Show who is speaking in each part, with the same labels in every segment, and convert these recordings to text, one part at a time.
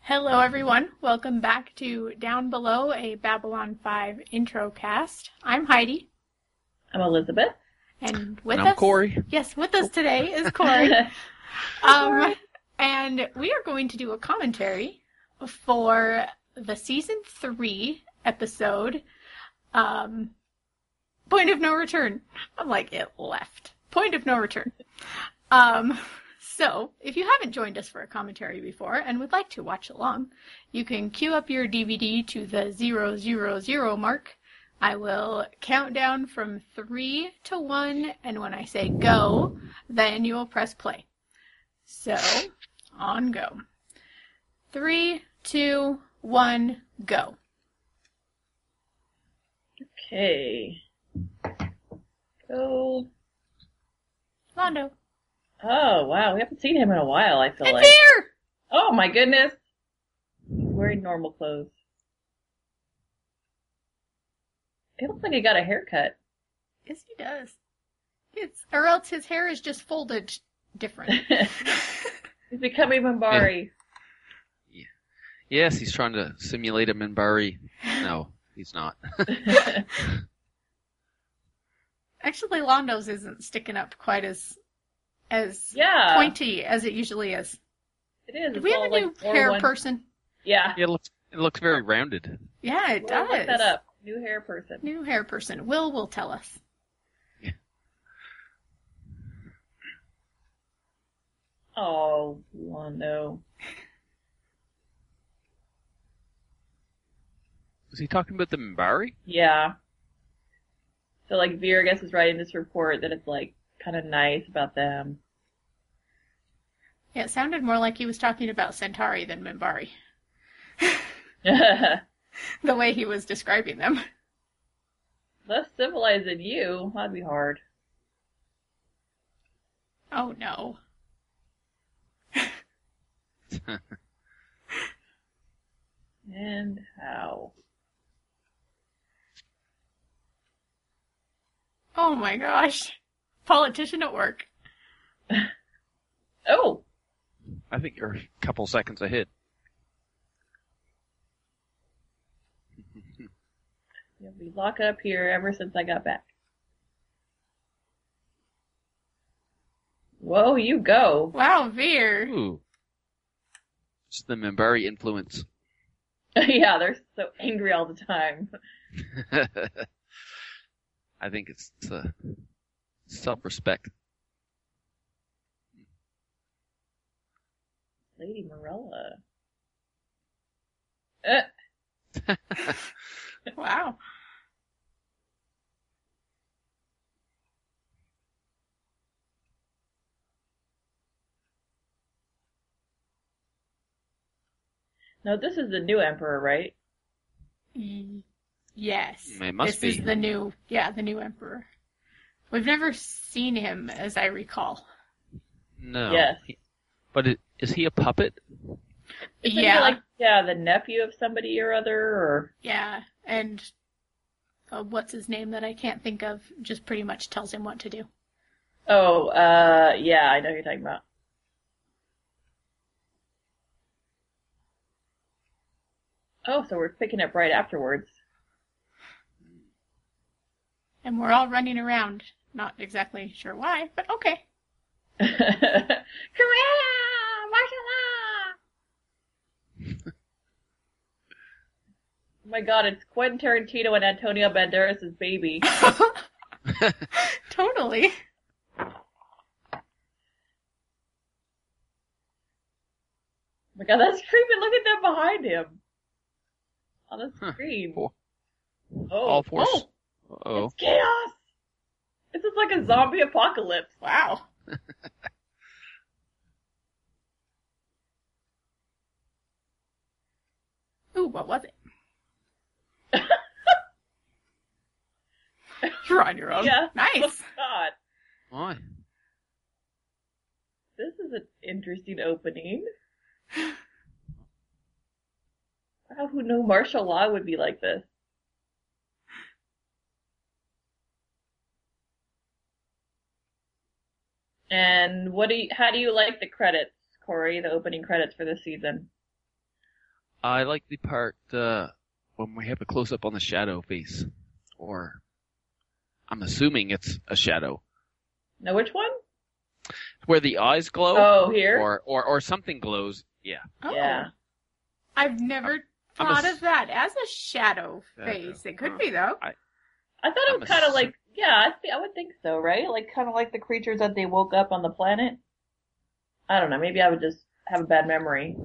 Speaker 1: Hello, everyone. Welcome back to Down Below, a Babylon 5 intro cast. I'm Heidi,
Speaker 2: I'm Elizabeth.
Speaker 1: and with
Speaker 3: and
Speaker 1: us,
Speaker 3: I'm Corey.
Speaker 1: yes, with us today is Corey. um, and we are going to do a commentary for the season three episode, um, Point of No Return. I'm like, it left. Point of No Return. Um, so, if you haven't joined us for a commentary before and would like to watch along, you can queue up your DVD to the zero zero zero mark. I will count down from three to one, and when I say go, then you will press play. So, on go. Three, two, one, go.
Speaker 2: Okay. Go.
Speaker 1: Londo.
Speaker 2: Oh wow, we haven't seen him in a while. I feel
Speaker 1: It's
Speaker 2: like.
Speaker 1: here!
Speaker 2: Oh my goodness. He's wearing normal clothes. It looks like he got a haircut.
Speaker 1: Yes, he does. It's, or else his hair is just folded different.
Speaker 2: He's becoming Mambari.
Speaker 3: Yes, he's trying to simulate a Minbari. No, he's not.
Speaker 1: Actually, Londo's isn't sticking up quite as as
Speaker 2: yeah.
Speaker 1: pointy as it usually is.
Speaker 2: It is.
Speaker 1: Did
Speaker 2: It's
Speaker 1: we have a
Speaker 2: all like
Speaker 1: new
Speaker 2: four
Speaker 1: hair
Speaker 2: one-
Speaker 1: person?
Speaker 2: Yeah.
Speaker 3: It looks, it looks very rounded.
Speaker 1: Yeah, it
Speaker 2: We'll
Speaker 1: does.
Speaker 2: Look that up. New hair person.
Speaker 1: New hair person. Will will tell us.
Speaker 2: Oh, Londo.
Speaker 3: Was he talking about the Minbari?
Speaker 2: Yeah. So like Veer, I guess, is writing this report that it's like kind of nice about them.
Speaker 1: Yeah, it sounded more like he was talking about Centauri than Mimbari,
Speaker 2: Less
Speaker 1: the way he was describing them.
Speaker 2: civilized than you. That'd be hard.
Speaker 1: Oh no.
Speaker 2: And how?
Speaker 1: Oh my gosh. Politician at work.
Speaker 2: Oh,
Speaker 3: I think you're a couple seconds ahead.
Speaker 2: yeah, we lock up here ever since I got back. Whoa, you go.
Speaker 1: Wow, Veer.
Speaker 3: Ooh. It's the Minbari influence.
Speaker 2: yeah, they're so angry all the time.
Speaker 3: I think it's uh, self-respect.
Speaker 2: Lady Morella. Uh,
Speaker 1: Wow.
Speaker 2: no, this is the new emperor, right?
Speaker 1: Y- Yes.
Speaker 3: It must
Speaker 1: this
Speaker 3: be.
Speaker 1: is the new yeah, the new emperor. We've never seen him as I recall.
Speaker 3: No.
Speaker 2: Yes.
Speaker 3: But i- is he a puppet?
Speaker 2: Isn't he,
Speaker 1: yeah.
Speaker 2: like, yeah, the nephew of somebody or other, or
Speaker 1: yeah. And uh, what's his name that I can't think of just pretty much tells him what to do.
Speaker 2: Oh, uh, yeah, I know who you're talking about. Oh, so we're picking up right afterwards.
Speaker 1: And we're all running around. Not exactly sure why, but okay.
Speaker 2: Korea! Martial law! oh my god, it's Quentin Tarantino and Antonio Banderas' baby. Oh
Speaker 1: totally.
Speaker 2: Oh my god, that's creepy. Look at them behind him. On the
Speaker 3: Huh.
Speaker 2: screen.
Speaker 3: Four-
Speaker 2: Oh.
Speaker 3: All four.
Speaker 2: Oh,
Speaker 3: Oh,
Speaker 2: it's chaos! This is like a zombie apocalypse.
Speaker 1: Wow. Ooh, what was it? You're on
Speaker 3: Oh,
Speaker 1: your own.
Speaker 2: Yeah. Oh
Speaker 1: Nice.
Speaker 2: God,
Speaker 3: why?
Speaker 2: this is an interesting opening. Wow, who knew martial law would be like this? And what do you, how do you like the credits, Corey? The opening credits for this season?
Speaker 3: I like the part uh, when we have a close up on the shadow face, or I'm assuming it's a shadow
Speaker 2: Now, which one?
Speaker 3: where the eyes glow,
Speaker 2: Oh, here.
Speaker 3: or or or something glows. Yeah,
Speaker 1: Oh.
Speaker 2: Yeah.
Speaker 1: I've never
Speaker 3: I'm
Speaker 1: thought
Speaker 3: ass-
Speaker 1: of that as a shadow
Speaker 3: Shadow.
Speaker 1: face. It could be though.
Speaker 2: I thought
Speaker 3: I'm
Speaker 2: it was kind of
Speaker 3: assu-
Speaker 2: like yeah, I, thi- I would think so, right? Like kind of like the creatures that they woke up on the planet. I don't know. Maybe I would just have a bad memory.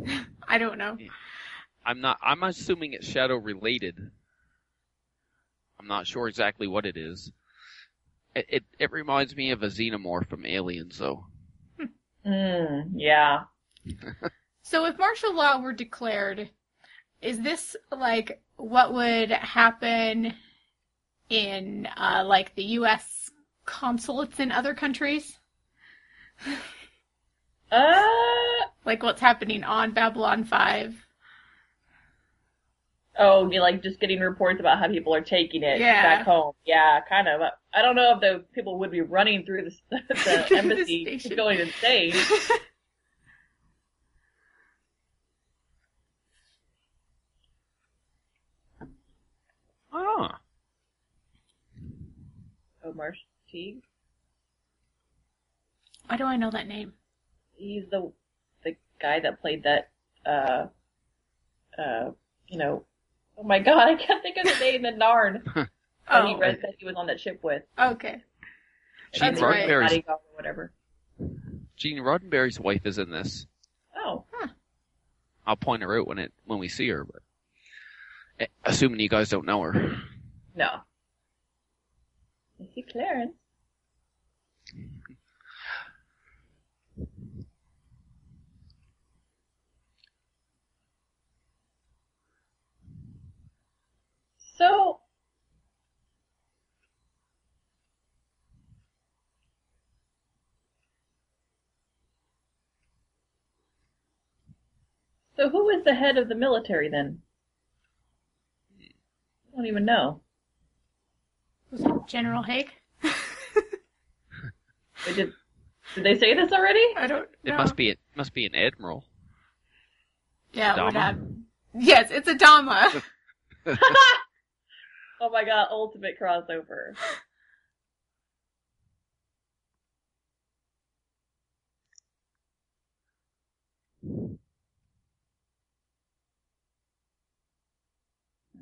Speaker 1: I don't know.
Speaker 3: I'm not. I'm assuming it's shadow related. I'm not sure exactly what it is. It it, it reminds me of a xenomorph from Aliens, though.
Speaker 2: Mm, yeah.
Speaker 1: So if martial law were declared, is this like what would happen in uh, like the U.S. consulates in other countries?
Speaker 2: Uh
Speaker 1: Like what's happening on Babylon Five?
Speaker 2: oh, you like just getting reports about how people are taking it
Speaker 1: Yeah.
Speaker 2: back home. Yeah, kind of. I don't know if the people would be running through the, the
Speaker 1: The
Speaker 2: embassy
Speaker 1: station.
Speaker 2: going insane.
Speaker 3: Ah.
Speaker 2: Oh, Marsh Teague.
Speaker 1: Why do I know that name?
Speaker 2: he's the the guy that played that uh uh you know oh my god I can't think of the name the Narn that he
Speaker 1: Oh,
Speaker 2: read that he was on that ship with
Speaker 1: okay.
Speaker 3: Gene
Speaker 1: That's right.
Speaker 3: Roddenberry's
Speaker 2: bodyguard or whatever
Speaker 3: Gene Roddenberry's wife is in this.
Speaker 2: oh
Speaker 3: I'll point her out when it when we see her, but eh, assuming you guys don't know her.
Speaker 2: no is he Clarence so So who is the head of the military then? I don't even know.
Speaker 1: Was it General Haig?
Speaker 2: They did, did they say this already?
Speaker 1: I don't
Speaker 3: It
Speaker 1: know.
Speaker 3: must be it must be an admiral.
Speaker 1: Yeah, it would
Speaker 3: Dama?
Speaker 1: have. Yes, it's a Dama.
Speaker 2: Oh my god, ultimate crossover.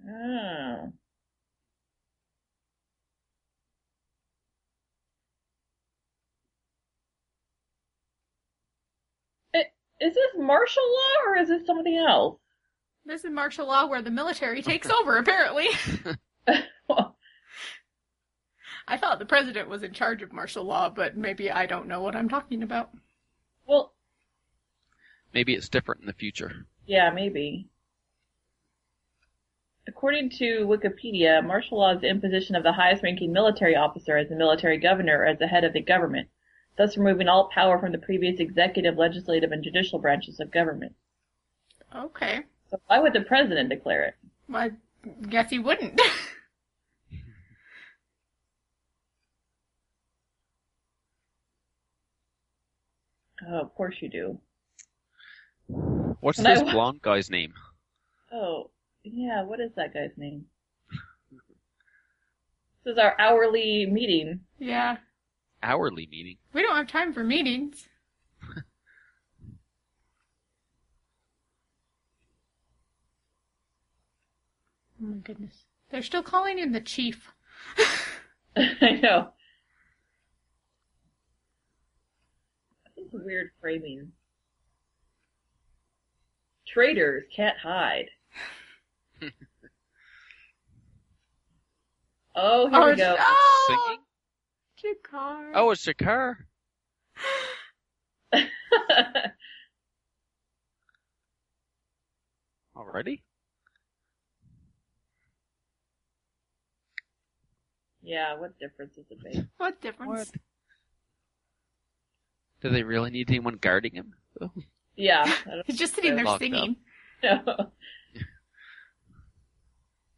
Speaker 2: Oh. I- Is this martial law or is this something else?
Speaker 1: this is martial law where the military takes over, apparently. I thought the president was in charge of martial law, but maybe I don't know what I'm talking about.
Speaker 2: well,
Speaker 3: Maybe it's different in the future.
Speaker 2: Yeah, maybe. According to Wikipedia, martial law is the imposition of the highest ranking military officer as the military governor or as the head of the government, thus removing all power from the previous executive, legislative, and judicial branches of government.
Speaker 1: Okay.
Speaker 2: So why would the president declare it?
Speaker 1: Well, I guess he wouldn't.
Speaker 2: Oh, of course you do.
Speaker 3: What's
Speaker 2: And I
Speaker 3: this
Speaker 2: wa-
Speaker 3: blonde guy's name?
Speaker 2: Oh, yeah, what is that guy's name? This is our hourly meeting.
Speaker 1: yeah.
Speaker 3: Hourly meeting.
Speaker 1: We don't have time for meetings. oh my goodness. They're still calling him the chief.
Speaker 2: I know. This is weird framing. Traitors can't hide. oh, here we go.
Speaker 1: Oh,
Speaker 3: Singing?
Speaker 1: Jakar.
Speaker 3: Oh, it's Shakar.
Speaker 2: Oh,
Speaker 3: Already?
Speaker 2: yeah, what difference does it make?
Speaker 1: what difference?
Speaker 3: Do they really need anyone guarding him? Oh,
Speaker 2: Yeah, I don't
Speaker 1: He's just sitting
Speaker 2: They're
Speaker 1: there
Speaker 3: locked
Speaker 1: singing.
Speaker 2: know.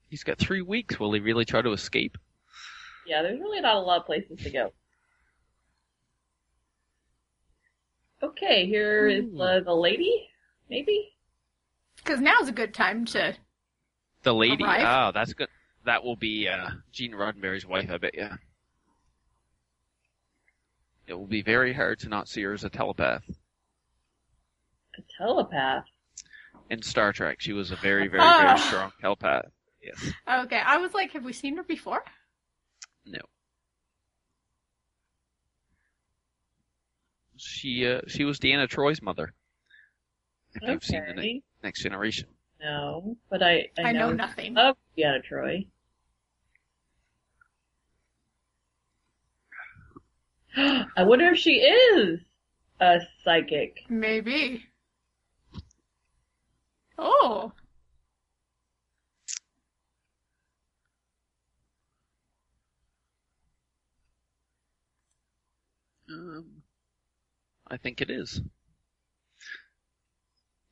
Speaker 3: He's got three weeks. Will he really try to escape?
Speaker 2: Yeah, there's really not a lot of places to go. Okay, here is
Speaker 3: Ooh.
Speaker 2: the, the lady, maybe?
Speaker 1: Because now's a good time to.
Speaker 3: The lady.
Speaker 1: Alive?
Speaker 3: Oh, that's good. That will be uh, Gene Roddenberry's wife, I bet you. It will be very hard to not see her as a telepath.
Speaker 2: A telepath.
Speaker 3: In Star Trek, she was a very, very,
Speaker 1: Ah.
Speaker 3: very strong telepath. Yes.
Speaker 1: Okay, I was like, have we seen her before?
Speaker 3: No. She uh, she was Deanna Troy's mother. If you've seen the next,
Speaker 2: Okay.
Speaker 3: next Generation,
Speaker 2: No, but I I,
Speaker 1: I, know,
Speaker 2: know Oh.
Speaker 1: nothing.
Speaker 2: of Deanna Troy. I wonder if she is a psychic.
Speaker 1: Maybe. Oh,
Speaker 3: um, I think it is.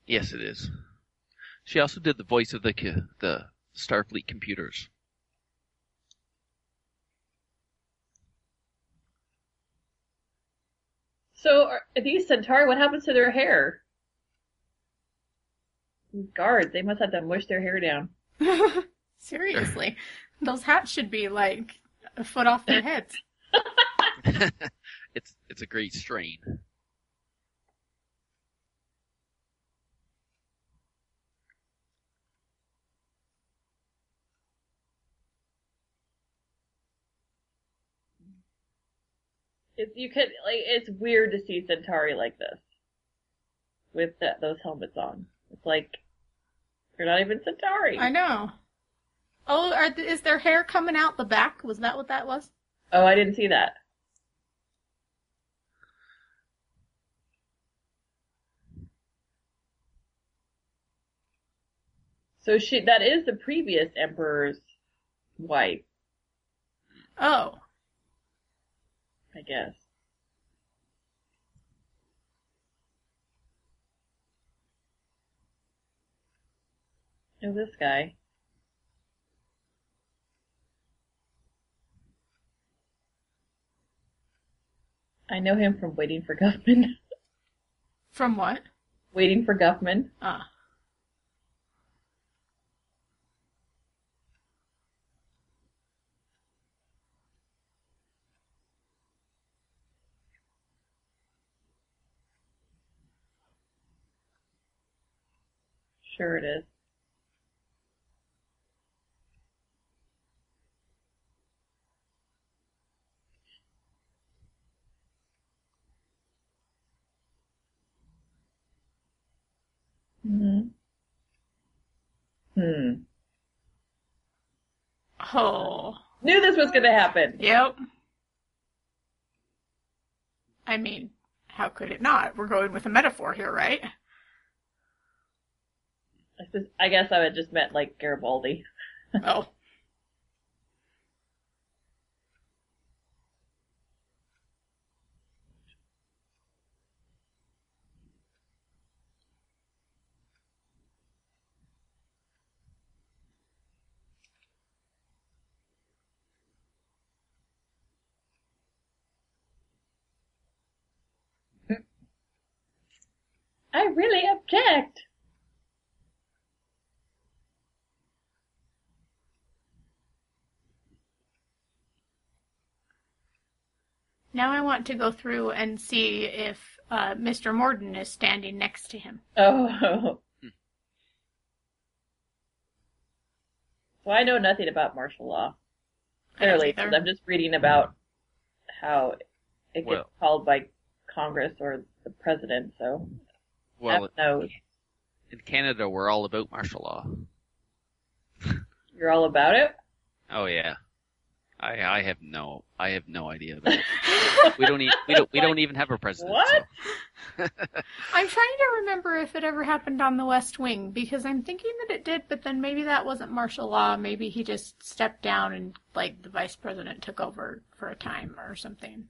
Speaker 3: Yes, it is. She also did the voice of the co- the Starfleet computers.
Speaker 2: So are are these Centauri? What happens to their hair? These guards, they must have to mush their hair down.
Speaker 1: seriously. Those hats should be like a foot off their heads.
Speaker 3: It's it's a great strain.
Speaker 2: It's you could like it's weird to see Centauri like this with that those helmets on. It's like they're not even Centauri.
Speaker 1: I know. Oh, are th- is their hair coming out the back? Was that what that was?
Speaker 2: Oh, I didn't see that. So she that is the previous emperor's wife,
Speaker 1: Oh,
Speaker 2: I guess. Oh, this guy. I know him from Waiting for Guffman.
Speaker 1: from what?
Speaker 2: Waiting for Guffman.
Speaker 1: Ah,
Speaker 2: Sure it is. hmm Hmm.
Speaker 1: oh,
Speaker 2: Knew this was gonna happen.
Speaker 1: yep. I mean, how could it not? We're going with a metaphor here, right?
Speaker 2: I sus- I guess I had just meant like Garibaldi.
Speaker 1: Oh,
Speaker 2: I really object.
Speaker 1: now I want to go through and see if uh, Mr. Morden is standing next to him.
Speaker 2: Oh. So I know nothing about martial law.
Speaker 1: I don't
Speaker 2: Clearly,
Speaker 1: either.
Speaker 2: 'cause I'm just reading about how it gets
Speaker 3: Well.
Speaker 2: called by Congress or the president. So
Speaker 3: Well,
Speaker 2: no,
Speaker 3: in Canada, we're all about martial law.
Speaker 2: you're all about it.
Speaker 3: Oh yeah, I I have no I have no idea. About it. we don't even we don't we don't even have a president.
Speaker 2: What?
Speaker 3: so-
Speaker 1: I'm trying to remember if it ever happened on the West Wing because I'm thinking that it did, but then maybe that wasn't martial law. Maybe he just stepped down and like the vice president took over for a time or something.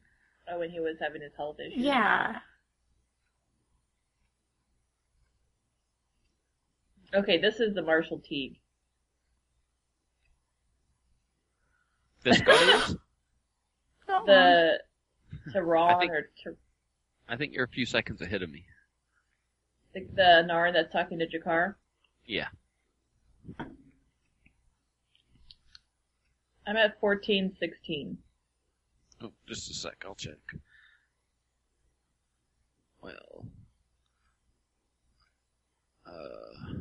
Speaker 2: Oh, when he was having his health issues.
Speaker 1: Yeah.
Speaker 2: Okay, this is the Marshall Teague.
Speaker 3: This guy is?
Speaker 1: Oh, well.
Speaker 2: The Tehran
Speaker 3: I think-
Speaker 2: or Ter-
Speaker 3: I think you're a few seconds ahead of me.
Speaker 2: the, the Narn that's talking to Jakar.
Speaker 3: Yeah.
Speaker 2: I'm at fourteen sixteen.
Speaker 3: Oh, just a sec, I'll check. Well, uh,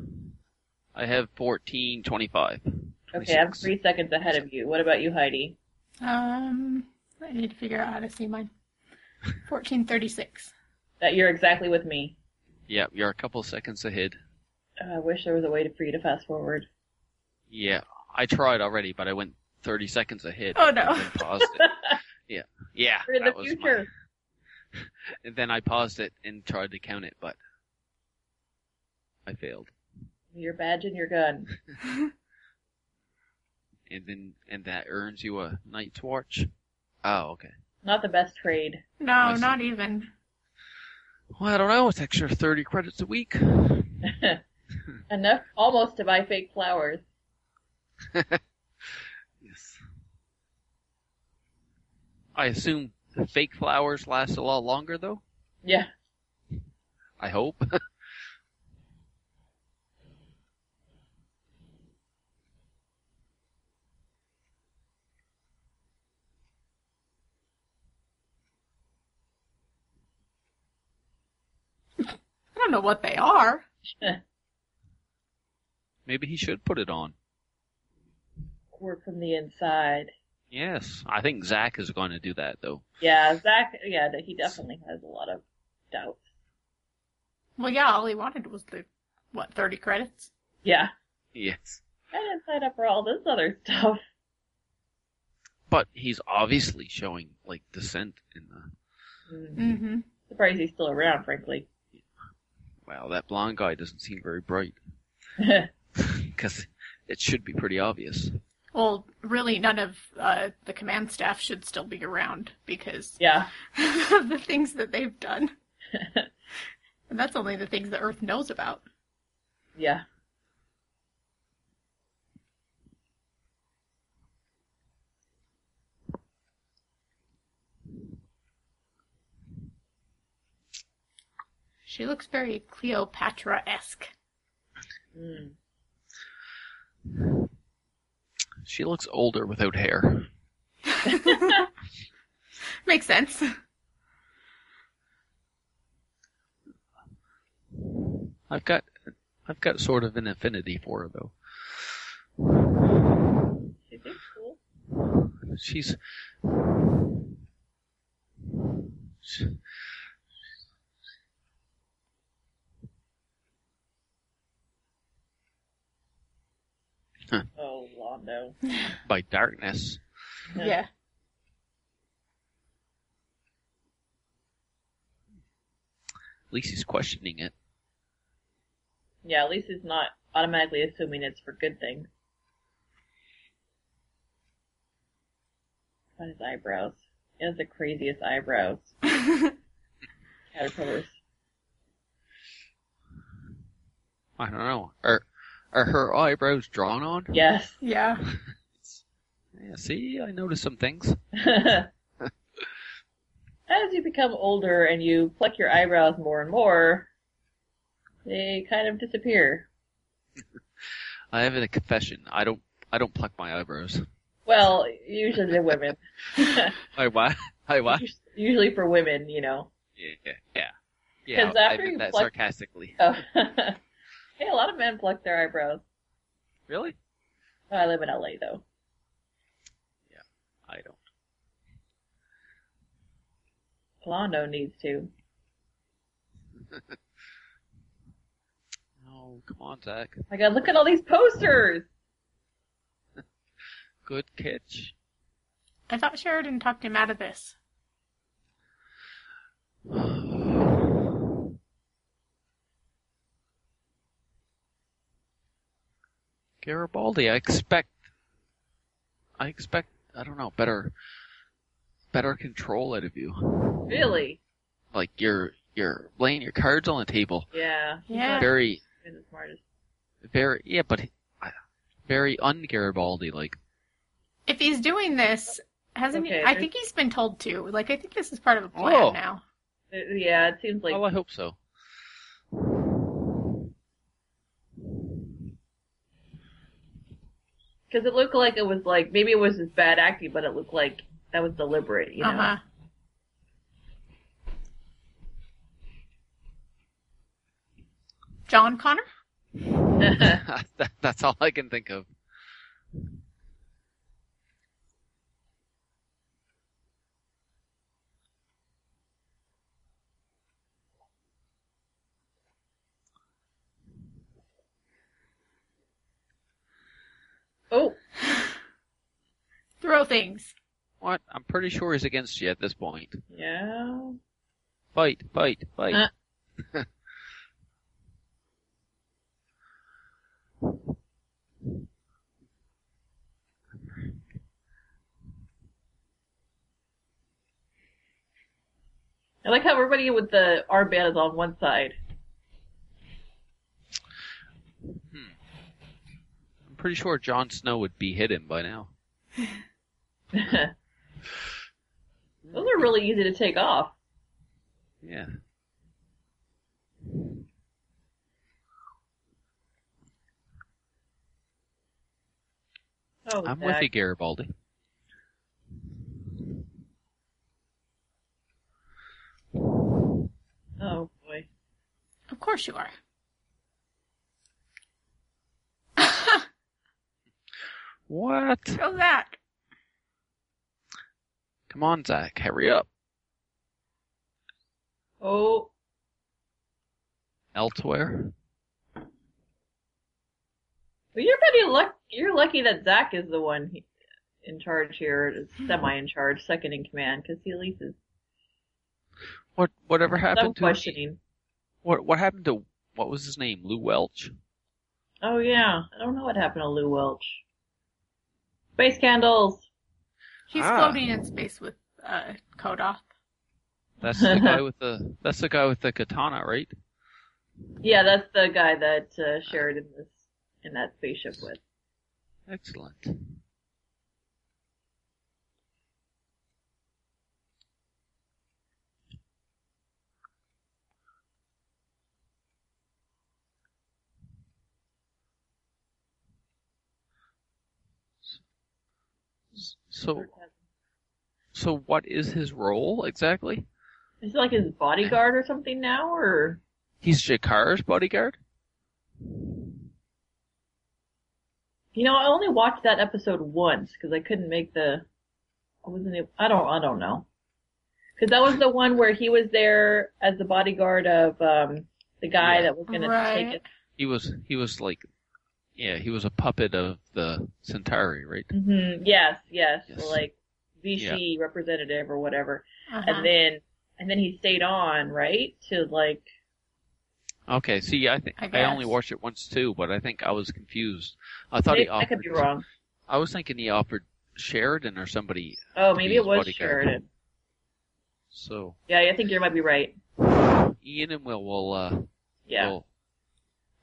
Speaker 3: I have fourteen twenty-five.
Speaker 2: Okay, I'm
Speaker 3: 26.
Speaker 2: three seconds ahead of you. What about you, Heidi?
Speaker 1: Um, I need to figure out how to see mine. 1436.
Speaker 2: That you're exactly with me.
Speaker 3: Yeah, you're a couple seconds ahead.
Speaker 2: Oh, I wish there was a way to, for you to fast forward.
Speaker 3: Yeah, I tried already, but I went thirty seconds ahead.
Speaker 1: Oh, no.
Speaker 3: And then paused it. yeah, yeah.
Speaker 2: We're in
Speaker 3: that
Speaker 2: the
Speaker 3: was my-
Speaker 2: future.
Speaker 3: and then I paused it and tried to count it, but I failed.
Speaker 2: Your badge and your gun.
Speaker 3: And then and that earns you a night's watch. Oh, okay.
Speaker 2: Not the best trade.
Speaker 1: No,
Speaker 3: I see.
Speaker 1: not even.
Speaker 3: Well, I don't know. It's extra thirty credits a week.
Speaker 2: Enough almost to buy fake flowers.
Speaker 3: Yes. I assume fake flowers last a lot longer, though.
Speaker 2: Yeah.
Speaker 3: I hope.
Speaker 1: I don't know what they are.
Speaker 3: Maybe he should put it on.
Speaker 2: Work from the inside.
Speaker 3: Yes, I think Zach is going to do that though.
Speaker 2: Yeah, Zach, yeah, that he definitely has a lot of doubts.
Speaker 1: Well, yeah, all he wanted was the, what, 30 credits?
Speaker 2: Yeah.
Speaker 3: Yes,
Speaker 2: I didn't sign up for all this other stuff.
Speaker 3: but he's obviously showing like dissent in the.
Speaker 2: Mm.
Speaker 1: Mm-hmm.
Speaker 2: Surprised he's still around, frankly.
Speaker 3: Wow, that blonde guy doesn't seem very bright.
Speaker 2: yeah,
Speaker 3: Because it should be pretty obvious.
Speaker 1: Well, really, none of uh, the command staff should still be around because of the things that they've done. and that's only the things that Earth knows about.
Speaker 2: yeah.
Speaker 1: She looks very Cleopatra esque.
Speaker 2: Mm.
Speaker 3: She looks older without hair.
Speaker 1: Makes sense.
Speaker 3: I've got, I've got sort of an affinity for her though.
Speaker 2: She seems cool.
Speaker 3: She's, she-
Speaker 2: Oh, Londo.
Speaker 3: by darkness.
Speaker 2: Yeah.
Speaker 1: Yeah.
Speaker 3: At least he's questioning it.
Speaker 2: Yeah, at least he's not automatically assuming it's for good things. About his eyebrows. He has the craziest eyebrows. Caterpillars.
Speaker 3: I don't know. Are, are her eyebrows drawn on?
Speaker 2: Yes.
Speaker 1: Yeah.
Speaker 3: Yeah, see, I noticed some things.
Speaker 2: As you become older and you pluck your eyebrows more and more, they kind of disappear.
Speaker 3: I have a confession. I don't, I don't pluck my eyebrows.
Speaker 2: Well, usually the women.
Speaker 3: I what? I what?
Speaker 2: usually for women, you know.
Speaker 3: Yeah, yeah, yeah.
Speaker 2: 'Cause
Speaker 3: I
Speaker 2: after
Speaker 3: meant
Speaker 2: you
Speaker 3: that
Speaker 2: pluck-
Speaker 3: sarcastically.
Speaker 2: Oh. hey, a lot of men pluck their eyebrows.
Speaker 3: Really?
Speaker 2: Oh, I live in LA though.
Speaker 3: I don't.
Speaker 2: Blondo needs to.
Speaker 3: No, come on, Zach.
Speaker 2: My god, look at all these posters!
Speaker 3: Good catch.
Speaker 1: I thought Sheridan talked him out of this.
Speaker 3: Garibaldi, I expect, I expect, I don't know, better, better control out of you.
Speaker 2: Really?
Speaker 3: Like you're, you're laying your cards on the table.
Speaker 2: Yeah. he's
Speaker 1: Yeah.
Speaker 2: not
Speaker 3: Very,
Speaker 2: even the smartest.
Speaker 3: very, yeah, but I- very un-Garibaldi, like,
Speaker 1: If he's doing this, hasn't he?
Speaker 2: Okay,
Speaker 1: I
Speaker 2: there's-
Speaker 1: think he's been told to. Like, I think this is part of a plan
Speaker 3: Oh.
Speaker 1: now.
Speaker 2: Uh, Yeah, it seems like
Speaker 3: well, I hope so.
Speaker 2: Because it looked like it was like maybe it was just bad acting, but it looked like that was deliberate. You know,
Speaker 1: Uh-huh. John Connor?
Speaker 3: Uh-huh. That- that's all I can think of.
Speaker 2: oh,
Speaker 1: Throw things.
Speaker 3: What? I'm pretty sure he's against you at this point.
Speaker 2: yeah.
Speaker 3: Fight, fight, fight.
Speaker 2: Uh. I like how everybody with the armband is on one side.
Speaker 3: I'm pretty sure Jon Snow would behead him by now.
Speaker 2: Those are really easy to take off.
Speaker 3: Yeah.
Speaker 2: Oh,
Speaker 3: I'm with
Speaker 2: Zach.
Speaker 3: you, Garibaldi.
Speaker 2: Oh boy.
Speaker 1: Of course you are.
Speaker 3: What?
Speaker 1: Throw that.
Speaker 3: Come on, Zach, hurry up.
Speaker 2: Oh,
Speaker 3: Elsewhere?
Speaker 2: well, you're pretty lucky. You're lucky that Zach is the one he- in charge here, semi in charge, second in command, because he at least is
Speaker 3: What? Whatever
Speaker 2: some
Speaker 3: happened to?
Speaker 2: questioning.
Speaker 3: What? What happened to? What was his name? Lou Welch.
Speaker 2: Oh yeah, I don't know what happened to Lou Welch. Space candles.
Speaker 1: He's
Speaker 3: Ah.
Speaker 1: floating in space with uh, Kodoth.
Speaker 3: That's the guy with the. That's the guy with the katana, right?
Speaker 2: Yeah, that's the guy that uh, Sheridan was in that spaceship with.
Speaker 3: Excellent. S- So, so what is his role exactly?
Speaker 2: Is he like his bodyguard or something now, or
Speaker 3: He's Jakara's bodyguard.
Speaker 2: you know? I only watched that episode once because I couldn't make the. I wasn't. able- I don't. I don't know. Because that was the one where he was there as the bodyguard of um the guy
Speaker 3: Yeah.
Speaker 2: that was gonna
Speaker 1: Right.
Speaker 2: take it.
Speaker 3: He was, he was like, yeah, he was a puppet of the Centauri, right?
Speaker 2: hmm Yes, yes,
Speaker 3: Yes.
Speaker 2: like VC representative or whatever.
Speaker 1: Uh-huh.
Speaker 2: And then and then he stayed on, right? To like
Speaker 3: Okay, see, I think
Speaker 1: I
Speaker 3: I, only
Speaker 1: guess.
Speaker 3: watched it once too, but I think I was confused. I thought he
Speaker 2: maybe- I
Speaker 3: offered.
Speaker 2: could be wrong.
Speaker 3: I was thinking he offered Sheridan or somebody.
Speaker 2: Oh, maybe
Speaker 3: his
Speaker 2: it was
Speaker 3: bodyguard.
Speaker 2: Sheridan.
Speaker 3: So
Speaker 2: Yeah, I think you might be right.
Speaker 3: Ian and Will will. Uh,
Speaker 2: Yeah.
Speaker 3: will-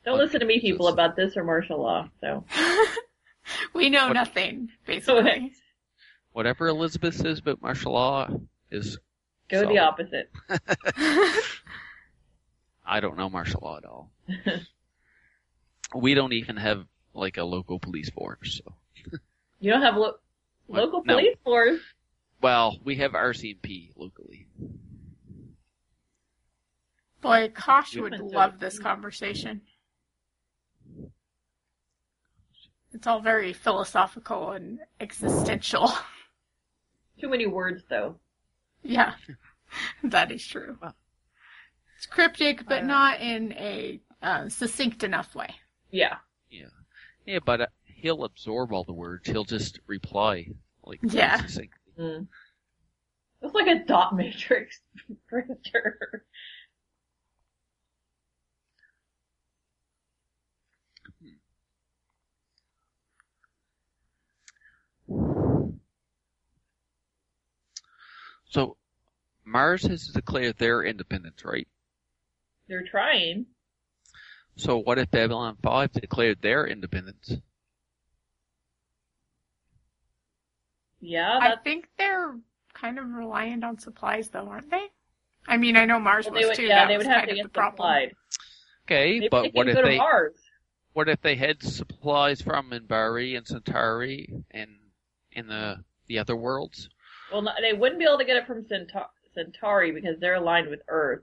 Speaker 2: Don't
Speaker 3: okay,
Speaker 2: listen to me, people,
Speaker 3: just-
Speaker 2: about this or martial law. So
Speaker 1: We know
Speaker 3: What-
Speaker 1: nothing, basically.
Speaker 3: whatever Elizabeth says about martial law is.
Speaker 2: go
Speaker 3: solid.
Speaker 2: the opposite.
Speaker 3: I don't know martial law at all. we don't even have like a local police force. So.
Speaker 2: You don't have lo-
Speaker 3: What?
Speaker 2: local
Speaker 3: No.
Speaker 2: police force.
Speaker 3: Well, we have RCMP locally.
Speaker 1: Boy, Kosh
Speaker 3: We-
Speaker 1: would
Speaker 2: uh,
Speaker 1: love this conversation. It's all very philosophical and existential.
Speaker 2: Too many words though.
Speaker 1: Yeah, that is true. It's cryptic, but
Speaker 2: Uh,
Speaker 1: not in a uh, succinct enough way.
Speaker 2: Yeah.
Speaker 3: Yeah, but uh, he'll absorb all the words. He'll just reply like
Speaker 1: Yeah.
Speaker 3: succinctly.
Speaker 2: Mm. It's like a dot matrix printer.
Speaker 3: So Mars has declared their independence, right?
Speaker 2: They're trying.
Speaker 3: So what if Babylon 5 declared their independence?
Speaker 2: Yeah,
Speaker 1: I
Speaker 2: that's
Speaker 1: think they're kind of reliant on supplies, though, aren't they? I mean, I know Mars
Speaker 2: well,
Speaker 1: was
Speaker 2: they would,
Speaker 1: too.
Speaker 2: yeah,
Speaker 1: that
Speaker 2: they
Speaker 1: was
Speaker 2: would have
Speaker 1: kind
Speaker 2: to
Speaker 1: of
Speaker 2: get
Speaker 1: the problem.
Speaker 2: supplied.
Speaker 3: Okay,
Speaker 2: Maybe
Speaker 3: but
Speaker 2: they
Speaker 3: what
Speaker 2: can
Speaker 3: if
Speaker 2: go to
Speaker 3: they
Speaker 2: Mars.
Speaker 3: What if they had supplies from Minbari and Centauri and in the the other worlds?
Speaker 2: Well, no, they wouldn't be able to get it from Centaur- Centauri because they're aligned with Earth,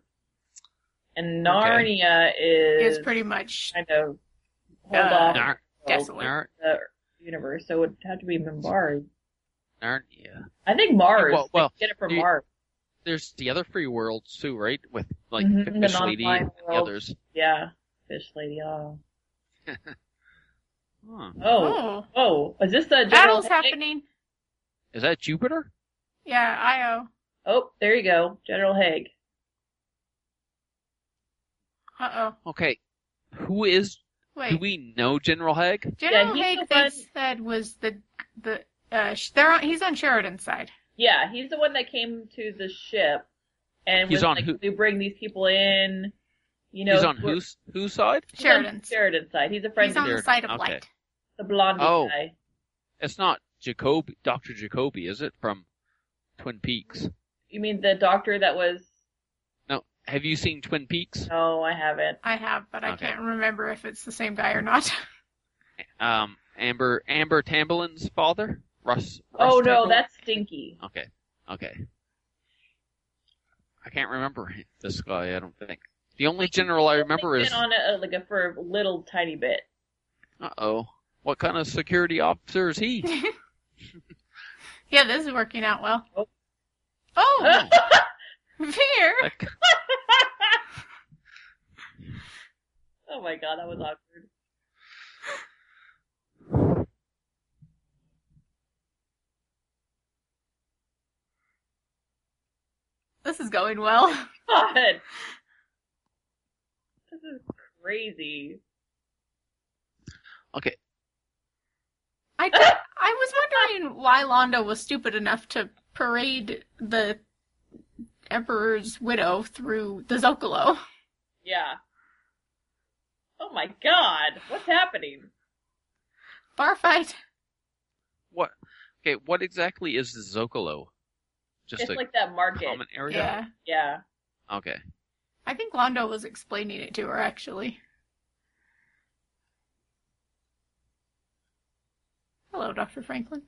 Speaker 2: and
Speaker 3: Okay.
Speaker 2: Narnia is
Speaker 1: It's pretty much
Speaker 2: kind of hold
Speaker 1: Uh,
Speaker 2: off
Speaker 3: Nar-
Speaker 1: desolate.
Speaker 3: Nar-
Speaker 2: the universe, so it would have to be Mimbari.
Speaker 3: Narnia.
Speaker 2: I think Mars.
Speaker 3: Well- well,
Speaker 2: They get it from
Speaker 3: you-
Speaker 2: Mars.
Speaker 3: There's the other free worlds too, right? With like
Speaker 2: Mhm, the
Speaker 3: Fish Lady
Speaker 2: non-flying
Speaker 3: and the
Speaker 2: worlds.
Speaker 3: others.
Speaker 2: Yeah, Fish Lady. Oh,
Speaker 3: Huh.
Speaker 2: oh,
Speaker 1: oh
Speaker 2: oh, is this the general
Speaker 1: battles
Speaker 2: headache?
Speaker 1: happening.
Speaker 3: Is that Jupiter?
Speaker 1: Yeah, Io.
Speaker 2: Oh, there you go, General Haig.
Speaker 1: Uh oh.
Speaker 3: Okay. Who is? Do
Speaker 1: Wait,
Speaker 3: we know General Haig?
Speaker 1: General
Speaker 2: Yeah, he's
Speaker 1: Haig
Speaker 2: the
Speaker 1: they
Speaker 2: one-
Speaker 1: said was the the uh sh- they're on, he's on Sheridan's side.
Speaker 2: Yeah, he's the one that came to the ship, and
Speaker 3: He's
Speaker 2: was
Speaker 3: on
Speaker 2: like,
Speaker 3: who-
Speaker 2: "We bring these people in." You know,
Speaker 3: He's on
Speaker 2: we're-
Speaker 3: whose whose side?
Speaker 2: he's on
Speaker 1: Sheridan's.
Speaker 2: Sheridan's side. He's a friend
Speaker 1: He's
Speaker 2: of
Speaker 1: on the
Speaker 3: Sheridan,
Speaker 1: side of
Speaker 3: okay.
Speaker 1: light.
Speaker 2: the blonde
Speaker 3: Oh.
Speaker 2: guy.
Speaker 3: It's not Jacoby, Doctor Jacoby, is it from Twin Peaks?
Speaker 2: You mean the doctor that was?
Speaker 3: No. Have you seen Twin Peaks?
Speaker 2: No, I haven't.
Speaker 1: I have, but I
Speaker 3: Okay.
Speaker 1: can't remember if it's the same guy or not.
Speaker 3: Um, Amber Amber Tamberlin's father, Russ. Russ
Speaker 2: Oh no,
Speaker 3: Tamberlin?
Speaker 2: that's Stinky.
Speaker 3: okay. Okay. I can't remember this guy. I don't think the only general I remember
Speaker 2: He's
Speaker 3: is.
Speaker 2: been on it uh, like a, for a little tiny bit.
Speaker 3: Uh oh. What kind of security officer is he?
Speaker 1: yeah, this is working out well.
Speaker 2: Oh. Ah.
Speaker 1: Oh, Veer.
Speaker 3: Like,
Speaker 2: Oh my god, that was awkward.
Speaker 1: This is going well.
Speaker 2: God, this is crazy.
Speaker 3: okay.
Speaker 1: I,
Speaker 2: Ah.
Speaker 1: did- I was wondering why Londo was stupid enough to parade the Emperor's widow through the Zocalo.
Speaker 2: Yeah. Oh my god, what's happening?
Speaker 1: Bar fight.
Speaker 3: What? Okay. What exactly is the Zocalo? Just
Speaker 2: it's
Speaker 3: a
Speaker 2: like that market.
Speaker 3: common area.
Speaker 1: Yeah.
Speaker 2: Yeah.
Speaker 3: Okay.
Speaker 1: I think Londo was explaining it to her, actually. Hello, Dr. Franklin.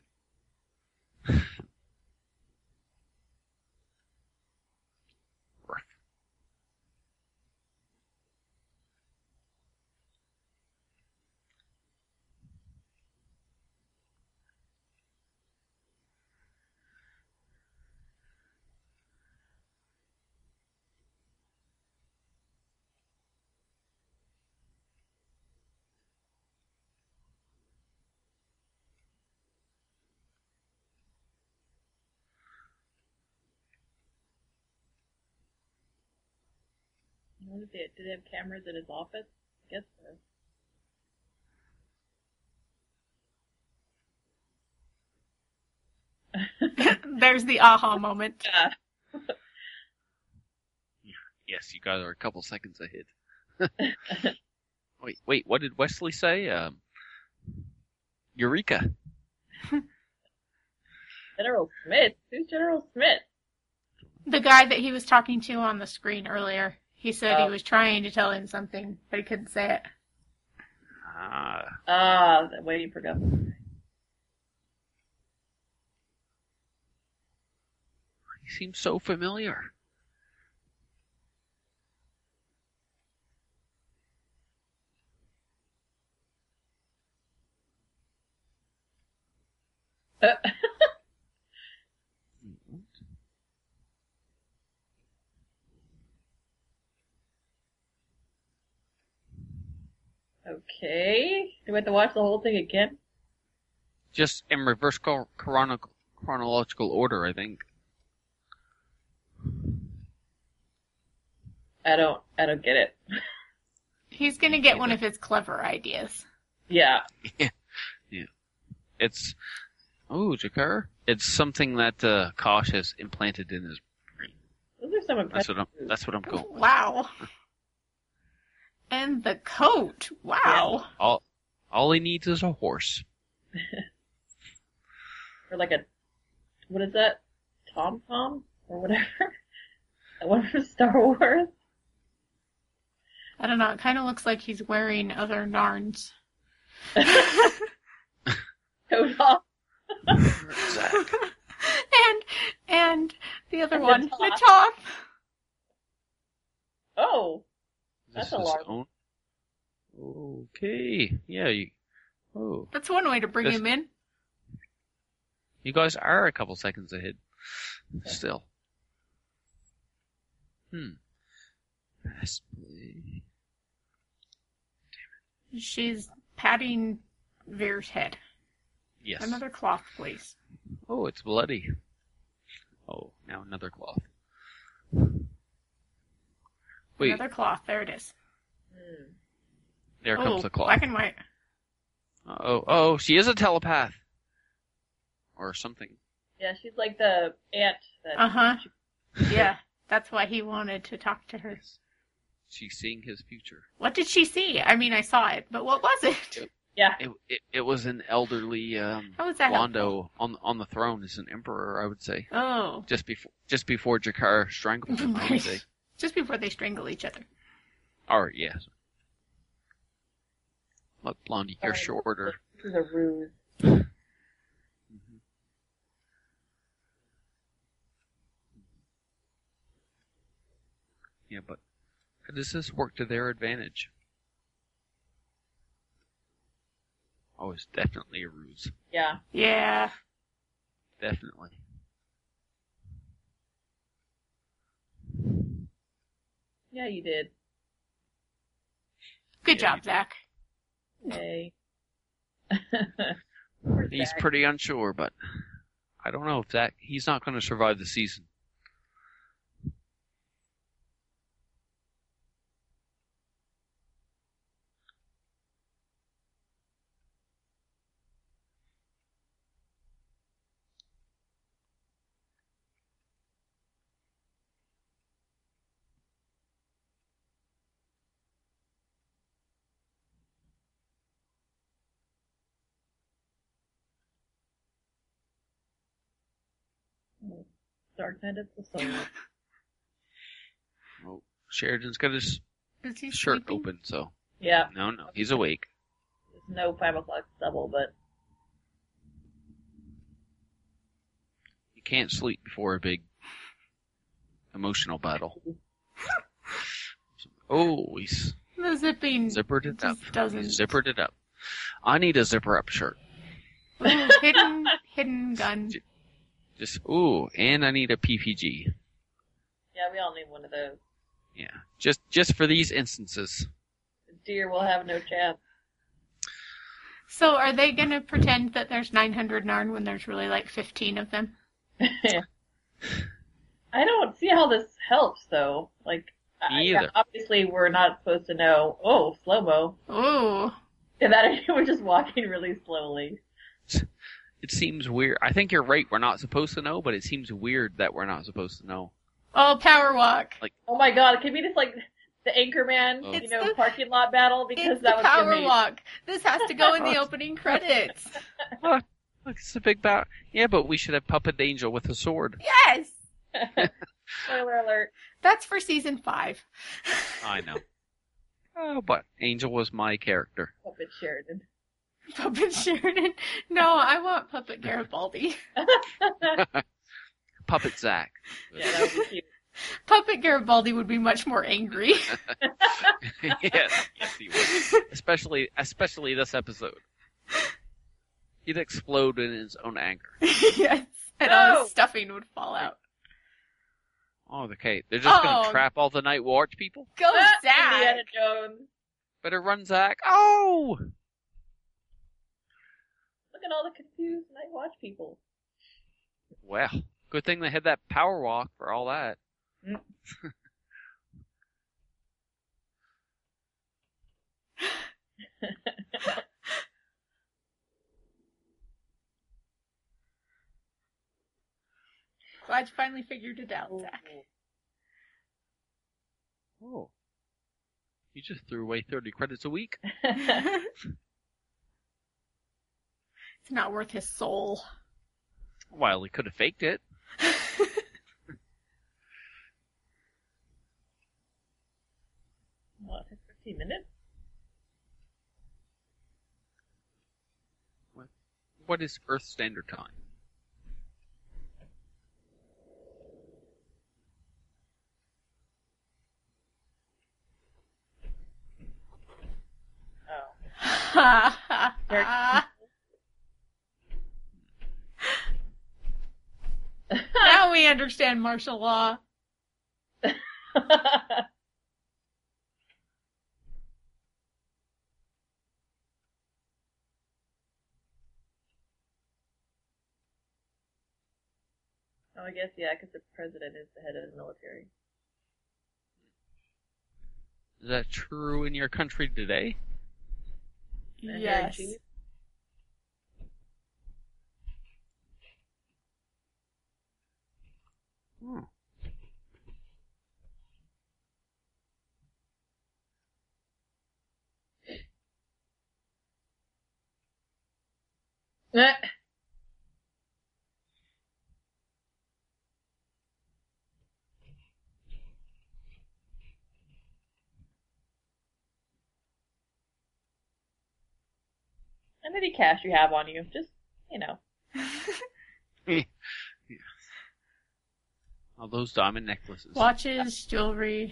Speaker 2: What is it? Did they have cameras in his office? I guess so.
Speaker 1: There's the aha moment.
Speaker 2: Yeah.
Speaker 3: Yes, you guys are a couple seconds ahead. wait, wait, what did Wesley say? Um, Eureka.
Speaker 2: General Smith? Who's General Smith?
Speaker 1: The guy that he was talking to on the screen earlier, he said
Speaker 2: Oh.
Speaker 1: he was trying to tell him something, but he couldn't say it.
Speaker 3: Ah,
Speaker 2: Ah, uh, waiting for government.
Speaker 3: he seems so familiar.
Speaker 2: Uh. Okay. Do we have to watch the whole thing again?
Speaker 3: Just in reverse chron- chrono- chronological order, I think.
Speaker 2: I don't, I don't get it.
Speaker 1: He's gonna get one of his clever ideas.
Speaker 2: Yeah.
Speaker 3: It's oh, Jakar. It's something that uh, Kosh has implanted in his.
Speaker 2: Those are some
Speaker 3: That's
Speaker 2: impressive
Speaker 3: what I'm.
Speaker 2: moves.
Speaker 3: That's what I'm going. with.
Speaker 1: Wow. And the coat. Wow.
Speaker 3: All, all he needs is a horse.
Speaker 2: Or like a, what is that? Tom Tom? Or whatever? that one from Star Wars?
Speaker 1: I don't know. It kind of looks like he's wearing other Narns.
Speaker 2: Toad off.
Speaker 3: Zach.
Speaker 1: and and the other
Speaker 2: And the
Speaker 1: one, the
Speaker 2: top.
Speaker 1: top.
Speaker 2: Oh,
Speaker 3: This
Speaker 2: That's a
Speaker 3: is
Speaker 2: large-
Speaker 3: own- Okay. Yeah. You... Oh,
Speaker 1: That's one way to bring
Speaker 3: This-
Speaker 1: him in.
Speaker 3: you guys are a couple seconds ahead. Still. Hmm. Press play.
Speaker 1: She's patting Veer's head.
Speaker 3: Yes.
Speaker 1: Another cloth, please.
Speaker 3: Oh, it's bloody. Oh, now another cloth. Wait,
Speaker 1: Another cloth. There it is.
Speaker 2: Hmm.
Speaker 3: there
Speaker 1: oh,
Speaker 3: comes the cloth.
Speaker 1: Black and white.
Speaker 3: Oh, oh, she is a telepath. Or something.
Speaker 2: yeah, she's like the aunt that
Speaker 1: Uh huh. Yeah, that's why he wanted to talk to her.
Speaker 3: She's seeing his future.
Speaker 1: What did she see? I mean, I saw it, but what was it?
Speaker 3: It, it, it was an elderly um,
Speaker 1: How was that? helpful?
Speaker 3: Londo on on the throne as an emperor, I would say.
Speaker 1: Oh,
Speaker 3: Just before just before Jakar strangled him, I would say.
Speaker 1: just before they strangle each other.
Speaker 3: Or yes. Look, Blondie, you're
Speaker 2: Sorry.
Speaker 3: shorter.
Speaker 2: this is a ruse.
Speaker 3: Yeah, but how does this work to their advantage? Oh, it's definitely a ruse.
Speaker 2: Yeah.
Speaker 1: Yeah.
Speaker 3: Definitely.
Speaker 2: Yeah, you did.
Speaker 1: Good
Speaker 3: Yeah,
Speaker 1: job, Zach.
Speaker 2: Yay.
Speaker 3: He's pretty unsure, but I don't know if that he's not going to survive the season.
Speaker 2: Dark Knight of the Soul.
Speaker 3: Oh, Sheridan's got his
Speaker 1: Is he
Speaker 3: shirt
Speaker 1: sleeping?
Speaker 3: open, so
Speaker 2: Yeah,
Speaker 3: no, no, he's awake.
Speaker 2: there's no five o'clock double, but
Speaker 3: You can't sleep before a big emotional battle. oh, he's
Speaker 1: The zipping.
Speaker 3: zippered it up.
Speaker 1: Just doesn't.
Speaker 3: He zippered it up. I need a zipper up shirt.
Speaker 1: Ooh, hidden, hidden gun.
Speaker 3: Just ooh, and I need a PPG.
Speaker 2: yeah, we all need one of those.
Speaker 3: Yeah, just just for these instances.
Speaker 2: Deer will have no chance.
Speaker 1: So, are they gonna pretend that there's 900 Narn when there's really like 15 of them?
Speaker 2: I don't see how this helps though. Like, I,
Speaker 3: Me
Speaker 2: yeah,
Speaker 3: either.
Speaker 2: obviously we're not supposed to know. Oh, slow mo.
Speaker 1: Ooh.
Speaker 2: Yeah, that if you were just walking really slowly.
Speaker 3: It seems weird. I think you're right. We're not supposed to know, but it seems weird that we're not supposed to know.
Speaker 1: Oh, power walk.
Speaker 2: Oh my god, it could be just like the Anchorman,
Speaker 3: Oh.
Speaker 2: you
Speaker 1: It's
Speaker 2: know,
Speaker 1: the-
Speaker 2: parking lot battle because
Speaker 1: It's
Speaker 2: that
Speaker 1: the
Speaker 2: was
Speaker 1: power
Speaker 2: amazing.
Speaker 1: walk. This has to go in the opening credits.
Speaker 3: Look, it's a big bat. Yeah, but we should have Puppet Angel with a sword.
Speaker 1: Yes.
Speaker 2: Spoiler alert.
Speaker 1: That's for season five.
Speaker 3: I know. Oh, but Angel was my character.
Speaker 2: Puppet Oh, Sheridan.
Speaker 1: Puppet Sheridan. No, I want Puppet Garibaldi.
Speaker 3: Puppet Zack.
Speaker 2: Yeah, that would be cute.
Speaker 1: Puppet Garibaldi would be much more angry.
Speaker 3: yes, yes, he would. Especially, especially this episode. He'd explode in his own anger.
Speaker 1: yes. And all
Speaker 2: No.
Speaker 1: his stuffing would fall out.
Speaker 3: Oh, okay. They're just
Speaker 1: Oh.
Speaker 3: gonna trap all the Night Watch people.
Speaker 1: Go
Speaker 2: Ah,
Speaker 1: Zach.
Speaker 2: Indiana Jones.
Speaker 3: Better run, Zack. Oh,
Speaker 2: Look at all the confused Night Watch people.
Speaker 3: well. Good thing they had that power walk for all that.
Speaker 2: Mm.
Speaker 1: Glad you finally figured it out, Zach.
Speaker 3: Oh. You just threw away 30 credits a week.
Speaker 1: it's not worth his soul.
Speaker 3: Well, he could have faked it.
Speaker 2: What? 60 minutes?
Speaker 3: What is Earth Standard Time?
Speaker 2: Oh.
Speaker 1: now we understand martial law.
Speaker 2: oh, I guess, yeah, because the president is the head of the military.
Speaker 3: Is that true in your country today?
Speaker 2: And they're
Speaker 1: yes.
Speaker 2: cheap.
Speaker 3: Hmm.
Speaker 2: Eh. And any cash you have on you, just, you know.
Speaker 3: All those diamond necklaces.
Speaker 1: Watches, jewelry.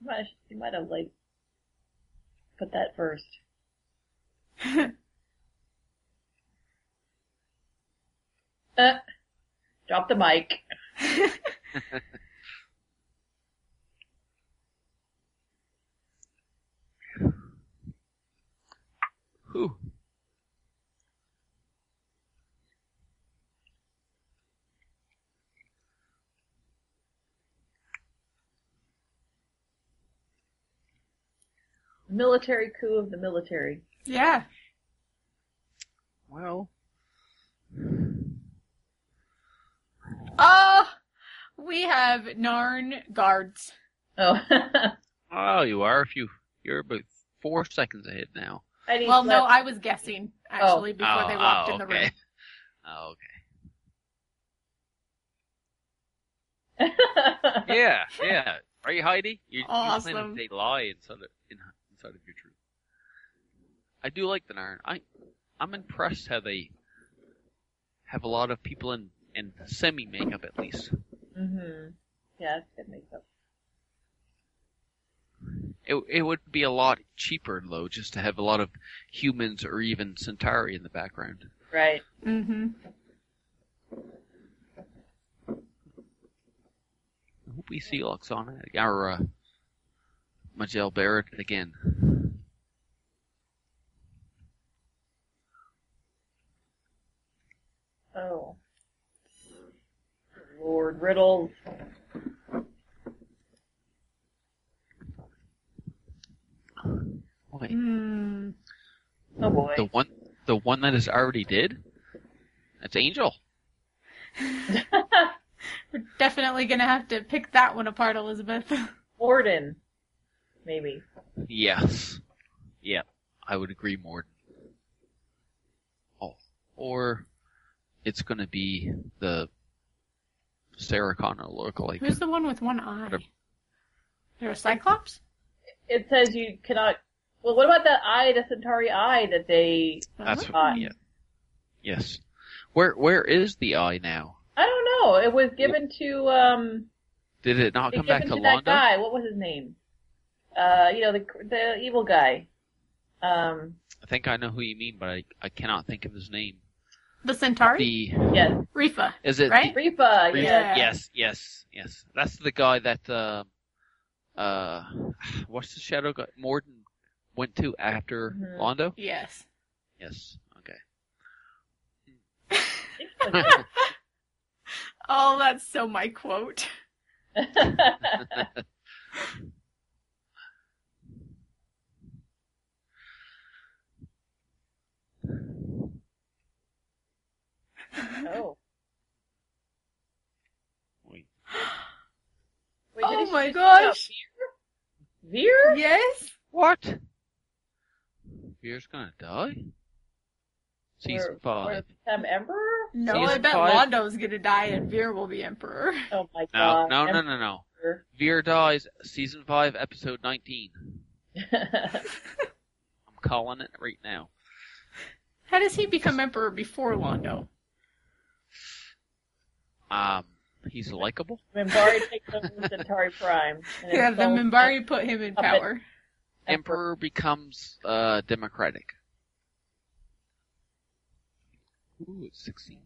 Speaker 2: You might, you might have like put that first. uh, drop the mic.
Speaker 3: Whew.
Speaker 2: Military coup of the military.
Speaker 1: yeah.
Speaker 3: Well,
Speaker 1: Oh, we have Narn guards.
Speaker 2: Oh,
Speaker 3: oh, you are. If you, you're about four seconds ahead now.
Speaker 2: I need
Speaker 1: Well, no,
Speaker 2: slap-
Speaker 1: I was guessing actually before
Speaker 3: oh,
Speaker 1: they walked
Speaker 3: oh,
Speaker 1: in the
Speaker 3: okay.
Speaker 1: room.
Speaker 3: Oh, okay. Yeah, yeah. Are you Heidi? You, you claim
Speaker 1: Awesome.
Speaker 3: that they lie inside of in, inside of your truth. I do like the Narn. I I'm impressed how they have a lot of people in in semi makeup at least.
Speaker 2: Mhm. Yeah, that's good makeup.
Speaker 3: It it would be a lot cheaper though just to have a lot of humans or even Centauri in the background.
Speaker 2: Right.
Speaker 1: Mm-hmm.
Speaker 3: I hope we see Luxana or uh, Majel Barrett again.
Speaker 2: Oh. Lord riddles.
Speaker 3: Wait,
Speaker 1: Mm.
Speaker 2: Oh boy.
Speaker 3: the one the one that is already dead. That's Angel.
Speaker 1: We're definitely gonna have to pick that one apart, Elizabeth.
Speaker 2: Morden. Maybe.
Speaker 3: Yes. Yeah, I would agree, Morden. Oh, or it's going to be the Sarah Connor lookalike.
Speaker 1: Who's the one with one eye?
Speaker 3: What a-
Speaker 1: There a Cyclops?
Speaker 2: It says you cannot. Well, what about that eye, the Centauri eye that they?
Speaker 3: That's
Speaker 1: Uh-huh.
Speaker 2: Uh,
Speaker 3: yeah. Yes. Where where is the eye now?
Speaker 2: I don't know. It was given to um.
Speaker 3: Did it not
Speaker 2: It
Speaker 3: come
Speaker 2: given
Speaker 3: back to
Speaker 2: to, that
Speaker 3: Londa?
Speaker 2: guy. What was his name? Uh, you know the the evil guy. Um.
Speaker 3: I think I know who you mean, but I, I cannot think of his name.
Speaker 1: the Centauri?
Speaker 3: The
Speaker 2: Yes.
Speaker 1: Rifa.
Speaker 3: is it
Speaker 1: Right?
Speaker 2: Reefa.
Speaker 3: the-
Speaker 2: Yes.
Speaker 1: Yeah.
Speaker 3: yes yes yes that's the guy that uh, uh what's the shadow guy Morden went to after
Speaker 2: Mhm.
Speaker 3: Londo?
Speaker 1: Yes.
Speaker 3: Yes. Okay.
Speaker 1: Oh, that's so my quote.
Speaker 2: oh.
Speaker 3: Wait.
Speaker 2: Wait, did
Speaker 1: oh
Speaker 2: he
Speaker 1: my
Speaker 2: shoot
Speaker 1: gosh.
Speaker 2: Veer?
Speaker 1: Yes.
Speaker 3: What? Beer's gonna die? Season
Speaker 2: Or- Or
Speaker 3: five.
Speaker 2: become emperor?
Speaker 1: No,
Speaker 3: Season
Speaker 1: I bet
Speaker 3: five.
Speaker 1: Londo's gonna die and Veer will be emperor.
Speaker 2: Oh my
Speaker 3: No,
Speaker 2: god.
Speaker 3: no, no, no, no.
Speaker 2: emperor.
Speaker 3: Veer dies, season five, episode nineteen. I'm calling it right now.
Speaker 1: How does he become emperor before Londo?
Speaker 3: Um, he's likable.
Speaker 2: Mimbari takes over Centauri Prime. and
Speaker 1: Yeah, the
Speaker 2: installs
Speaker 1: Mimbari put him in
Speaker 2: Puppet.
Speaker 1: power.
Speaker 3: Emperor becomes uh democratic. Ooh, it's sixteen.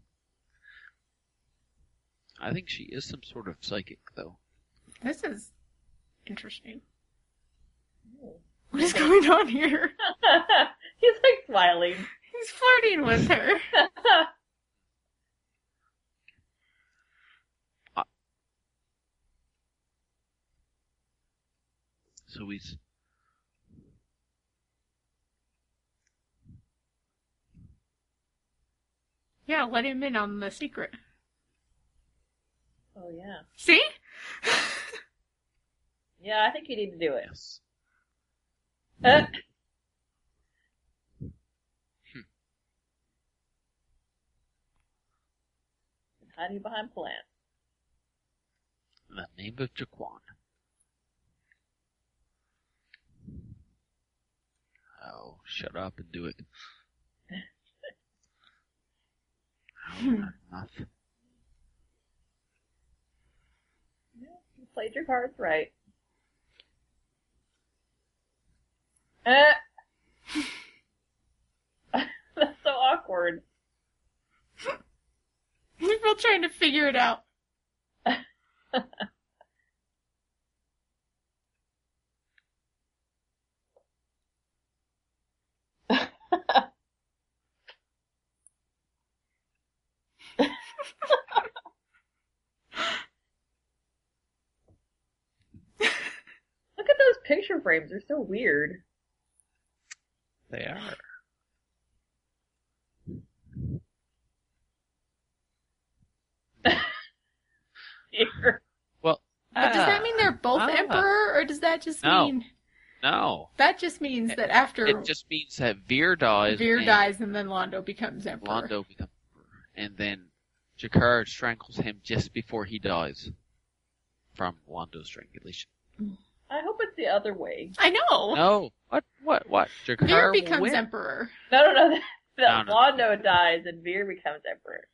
Speaker 3: I think she is some sort of psychic, though.
Speaker 1: This is interesting. What is going on here?
Speaker 2: He's like smiling.
Speaker 1: He's flirting with her.
Speaker 3: So he's.
Speaker 1: Yeah, let him in on the secret.
Speaker 2: oh yeah.
Speaker 1: See?
Speaker 2: Yeah, I think you need to do it.
Speaker 3: Yes.
Speaker 2: Uh,
Speaker 3: Hmm.
Speaker 2: Hiding behind plants.
Speaker 3: In the name of Jaquan. Oh, shut up and do it. Oh, not enough.
Speaker 2: You played your cards right. Uh, that's so awkward.
Speaker 1: We're all trying to figure it out.
Speaker 2: Look at those picture frames. They're so weird.
Speaker 3: They are.
Speaker 2: Here.
Speaker 3: Well,
Speaker 1: But does
Speaker 3: ah,
Speaker 1: that mean they're both
Speaker 3: Ah.
Speaker 1: emperor, or does that just
Speaker 3: No.
Speaker 1: mean
Speaker 3: no?
Speaker 1: that just means that after
Speaker 3: It just means that Veer dies.
Speaker 1: Veer
Speaker 3: and
Speaker 1: dies and then Londo becomes emperor?
Speaker 3: Londo becomes, and then Jakar strangles him just before he dies from Londo strangulation.
Speaker 2: I hope it's the other way.
Speaker 1: I know.
Speaker 3: No, what, what, what?
Speaker 1: Veer
Speaker 3: Jakar
Speaker 1: becomes
Speaker 3: wins.
Speaker 1: emperor.
Speaker 2: No, no, no.
Speaker 3: No,
Speaker 2: That
Speaker 3: no.
Speaker 2: Londo dies and Veer becomes emperor.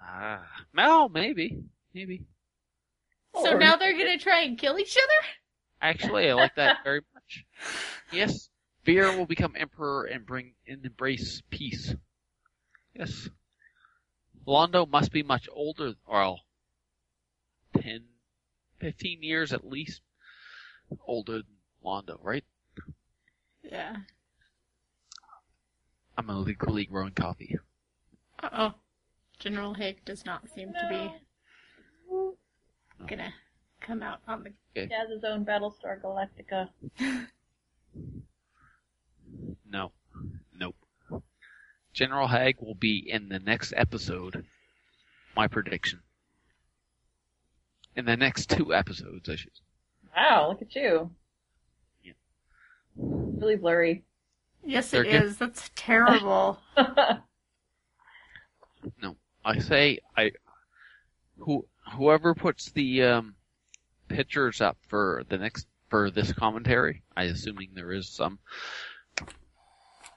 Speaker 3: Ah, well, maybe, maybe.
Speaker 1: So
Speaker 2: Or-
Speaker 1: now they're gonna try and kill each other?
Speaker 3: Actually, I like that very much. Yes, Veer will become emperor and bring and embrace peace. Yes, Londo must be much older, or well, 10, 15 years at least older than Londo, right?
Speaker 1: Yeah.
Speaker 3: I'm illegally growing coffee.
Speaker 1: Uh oh. General Haig does not seem to be
Speaker 2: No.
Speaker 1: gonna come out on the
Speaker 2: He has his own Battlestar Galactica.
Speaker 3: No, nope. General Hag will be in the next episode. My prediction. In the next two episodes, I should.
Speaker 2: Wow, look at you.
Speaker 3: Yeah.
Speaker 2: Really blurry.
Speaker 1: Yes
Speaker 3: They're
Speaker 1: it
Speaker 3: good.
Speaker 1: is. That's terrible.
Speaker 3: I say I who whoever puts the um, pictures up for the next for this commentary, I assuming there is some.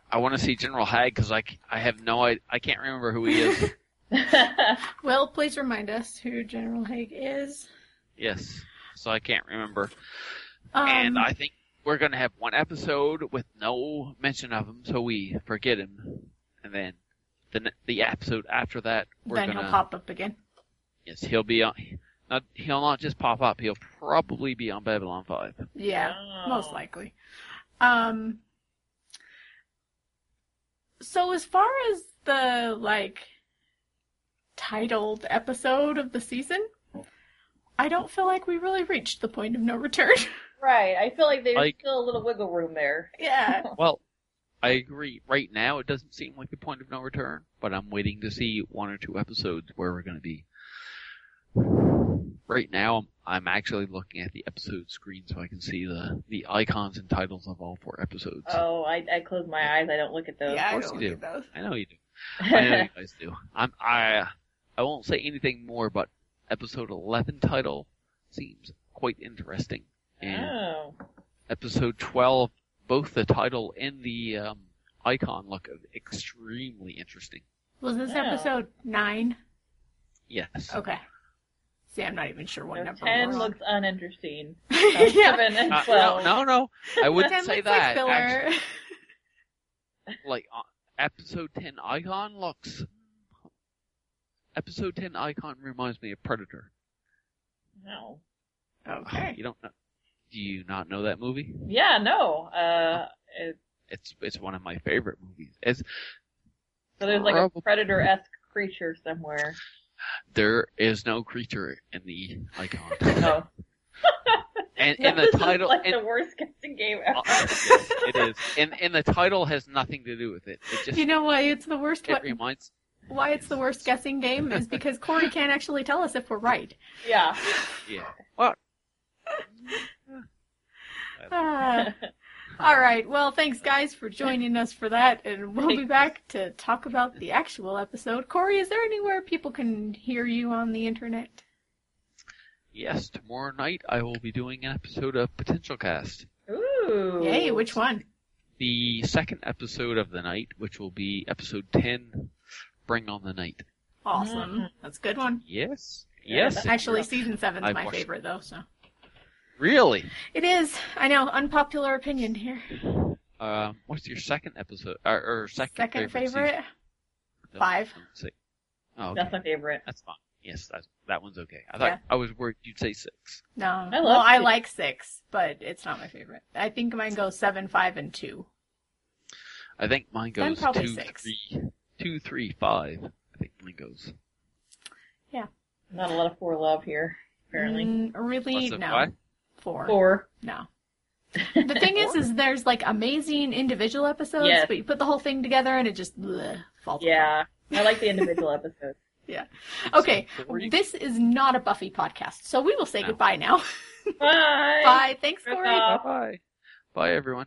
Speaker 3: I want to see General Hag because I, c- I have no I, I can't remember who he is.
Speaker 1: Will, please remind us who General Haig is.
Speaker 3: yes, so I can't remember,
Speaker 1: Um,
Speaker 3: and I think we're gonna have one episode with no mention of him, so we forget him, and then the ne- the episode after that we're
Speaker 1: then
Speaker 3: gonna
Speaker 1: he'll pop up again.
Speaker 3: yes he'll be on not he'll not just pop up he'll probably be on Babylon Five.
Speaker 1: Yeah.
Speaker 2: Oh.
Speaker 1: most likely. Um, so as far as the like titled episode of the season, I don't feel like we really reached the point of no return.
Speaker 2: Right. I feel like there's
Speaker 3: Like-
Speaker 2: still a little wiggle room there.
Speaker 1: yeah,
Speaker 3: Well, I agree. Right now, it doesn't seem like the point of no return, but I'm waiting to see one or two episodes where we're going to be Right now, I'm, I'm actually looking at the episode screen so I can see the, the icons and titles of all four episodes.
Speaker 2: Oh, I, I close my eyes. I don't look at those.
Speaker 1: yeah, I
Speaker 3: course
Speaker 1: don't
Speaker 3: you
Speaker 1: look at those.
Speaker 3: I know you do. I know you guys do. I'm, I, I won't say anything more, but episode 11 title seems quite interesting. And
Speaker 2: oh.
Speaker 3: episode 12, both the title and the um, icon look extremely interesting.
Speaker 1: Was this
Speaker 2: Yeah.
Speaker 1: episode nine?
Speaker 3: Yes.
Speaker 1: Okay. See, I'm not even sure what
Speaker 2: No,
Speaker 1: number.
Speaker 2: Ten
Speaker 1: we're on.
Speaker 2: looks uninteresting. Um,
Speaker 1: yeah.
Speaker 2: Seven and
Speaker 3: Uh,
Speaker 2: twelve.
Speaker 3: no, no, no. I wouldn't
Speaker 1: Ten
Speaker 3: say
Speaker 1: looks
Speaker 3: that.
Speaker 1: Like filler.
Speaker 3: Actually, like uh, episode 10 icon looks episode 10 icon reminds me of predator
Speaker 2: No.
Speaker 1: Okay.
Speaker 3: you don't know do you not know that movie
Speaker 2: Yeah, no. Uh, it-
Speaker 3: it's it's one of my favorite movies it's
Speaker 2: so there's like a
Speaker 3: Probably.
Speaker 2: predator-esque creature somewhere.
Speaker 3: there is no creature in the icon
Speaker 2: Oh.
Speaker 3: and and the
Speaker 2: This is
Speaker 3: title
Speaker 2: like
Speaker 3: and,
Speaker 2: the worst guessing game ever.
Speaker 3: uh, yes, it is and and the title has nothing to do with it it just
Speaker 1: You know why it's the worst?
Speaker 3: it
Speaker 1: What,
Speaker 3: reminds
Speaker 1: why it's the worst guessing game is because Corey can't actually tell us if we're right.
Speaker 2: Yeah.
Speaker 3: yeah well
Speaker 1: Ah. all right. Well, thanks guys for joining us for that, and we'll be back to talk about the actual episode. Corey, is there anywhere people can hear you on the internet?
Speaker 3: yes tomorrow night i will be doing an episode of potential cast
Speaker 2: Ooh.
Speaker 1: Yay! Which one?
Speaker 3: the second episode of the night, which will be episode 10, Bring on the Night.
Speaker 1: Awesome.
Speaker 2: Mhm.
Speaker 1: That's a good one.
Speaker 3: Yes? Mm-hmm. Yes.
Speaker 1: Actually, season seven's
Speaker 3: I
Speaker 1: my
Speaker 3: watched-
Speaker 1: favorite though. So
Speaker 3: Really?
Speaker 1: it is. I know. Unpopular opinion here.
Speaker 3: Um, what's your second episode, or, or second,
Speaker 1: Second
Speaker 3: favorite?
Speaker 1: favorite.
Speaker 3: season?
Speaker 1: five.
Speaker 3: Don't say- Oh, okay.
Speaker 2: That's my favorite.
Speaker 3: That's fine. Yes, that's, that one's okay. I thought,
Speaker 1: Yeah.
Speaker 3: I was worried you'd say six.
Speaker 1: No. I
Speaker 2: love
Speaker 1: well, I
Speaker 2: six.
Speaker 1: like six, but it's not my favorite. I think mine goes seven, five, and two.
Speaker 3: I think mine
Speaker 1: Then
Speaker 3: goes
Speaker 1: probably
Speaker 3: two,
Speaker 1: six.
Speaker 3: three, two, three, five. I think mine goes.
Speaker 2: Not a lot of four love here, apparently.
Speaker 1: Mm, really?
Speaker 3: Lots of
Speaker 1: no.
Speaker 3: what?
Speaker 1: Four.
Speaker 2: Four.
Speaker 1: No. The thing is, is there's like amazing individual episodes,
Speaker 2: Yes.
Speaker 1: but you put the whole thing together and it just bleh, falls. apart.
Speaker 2: Yeah. I like the individual episodes.
Speaker 1: Okay.
Speaker 3: Episode three?
Speaker 1: This is not a Buffy podcast, so we will say
Speaker 3: No.
Speaker 1: goodbye now.
Speaker 2: Bye.
Speaker 1: Bye. Thanks,
Speaker 2: Rip
Speaker 1: Corey.
Speaker 2: off.
Speaker 3: Bye-bye. Bye, everyone.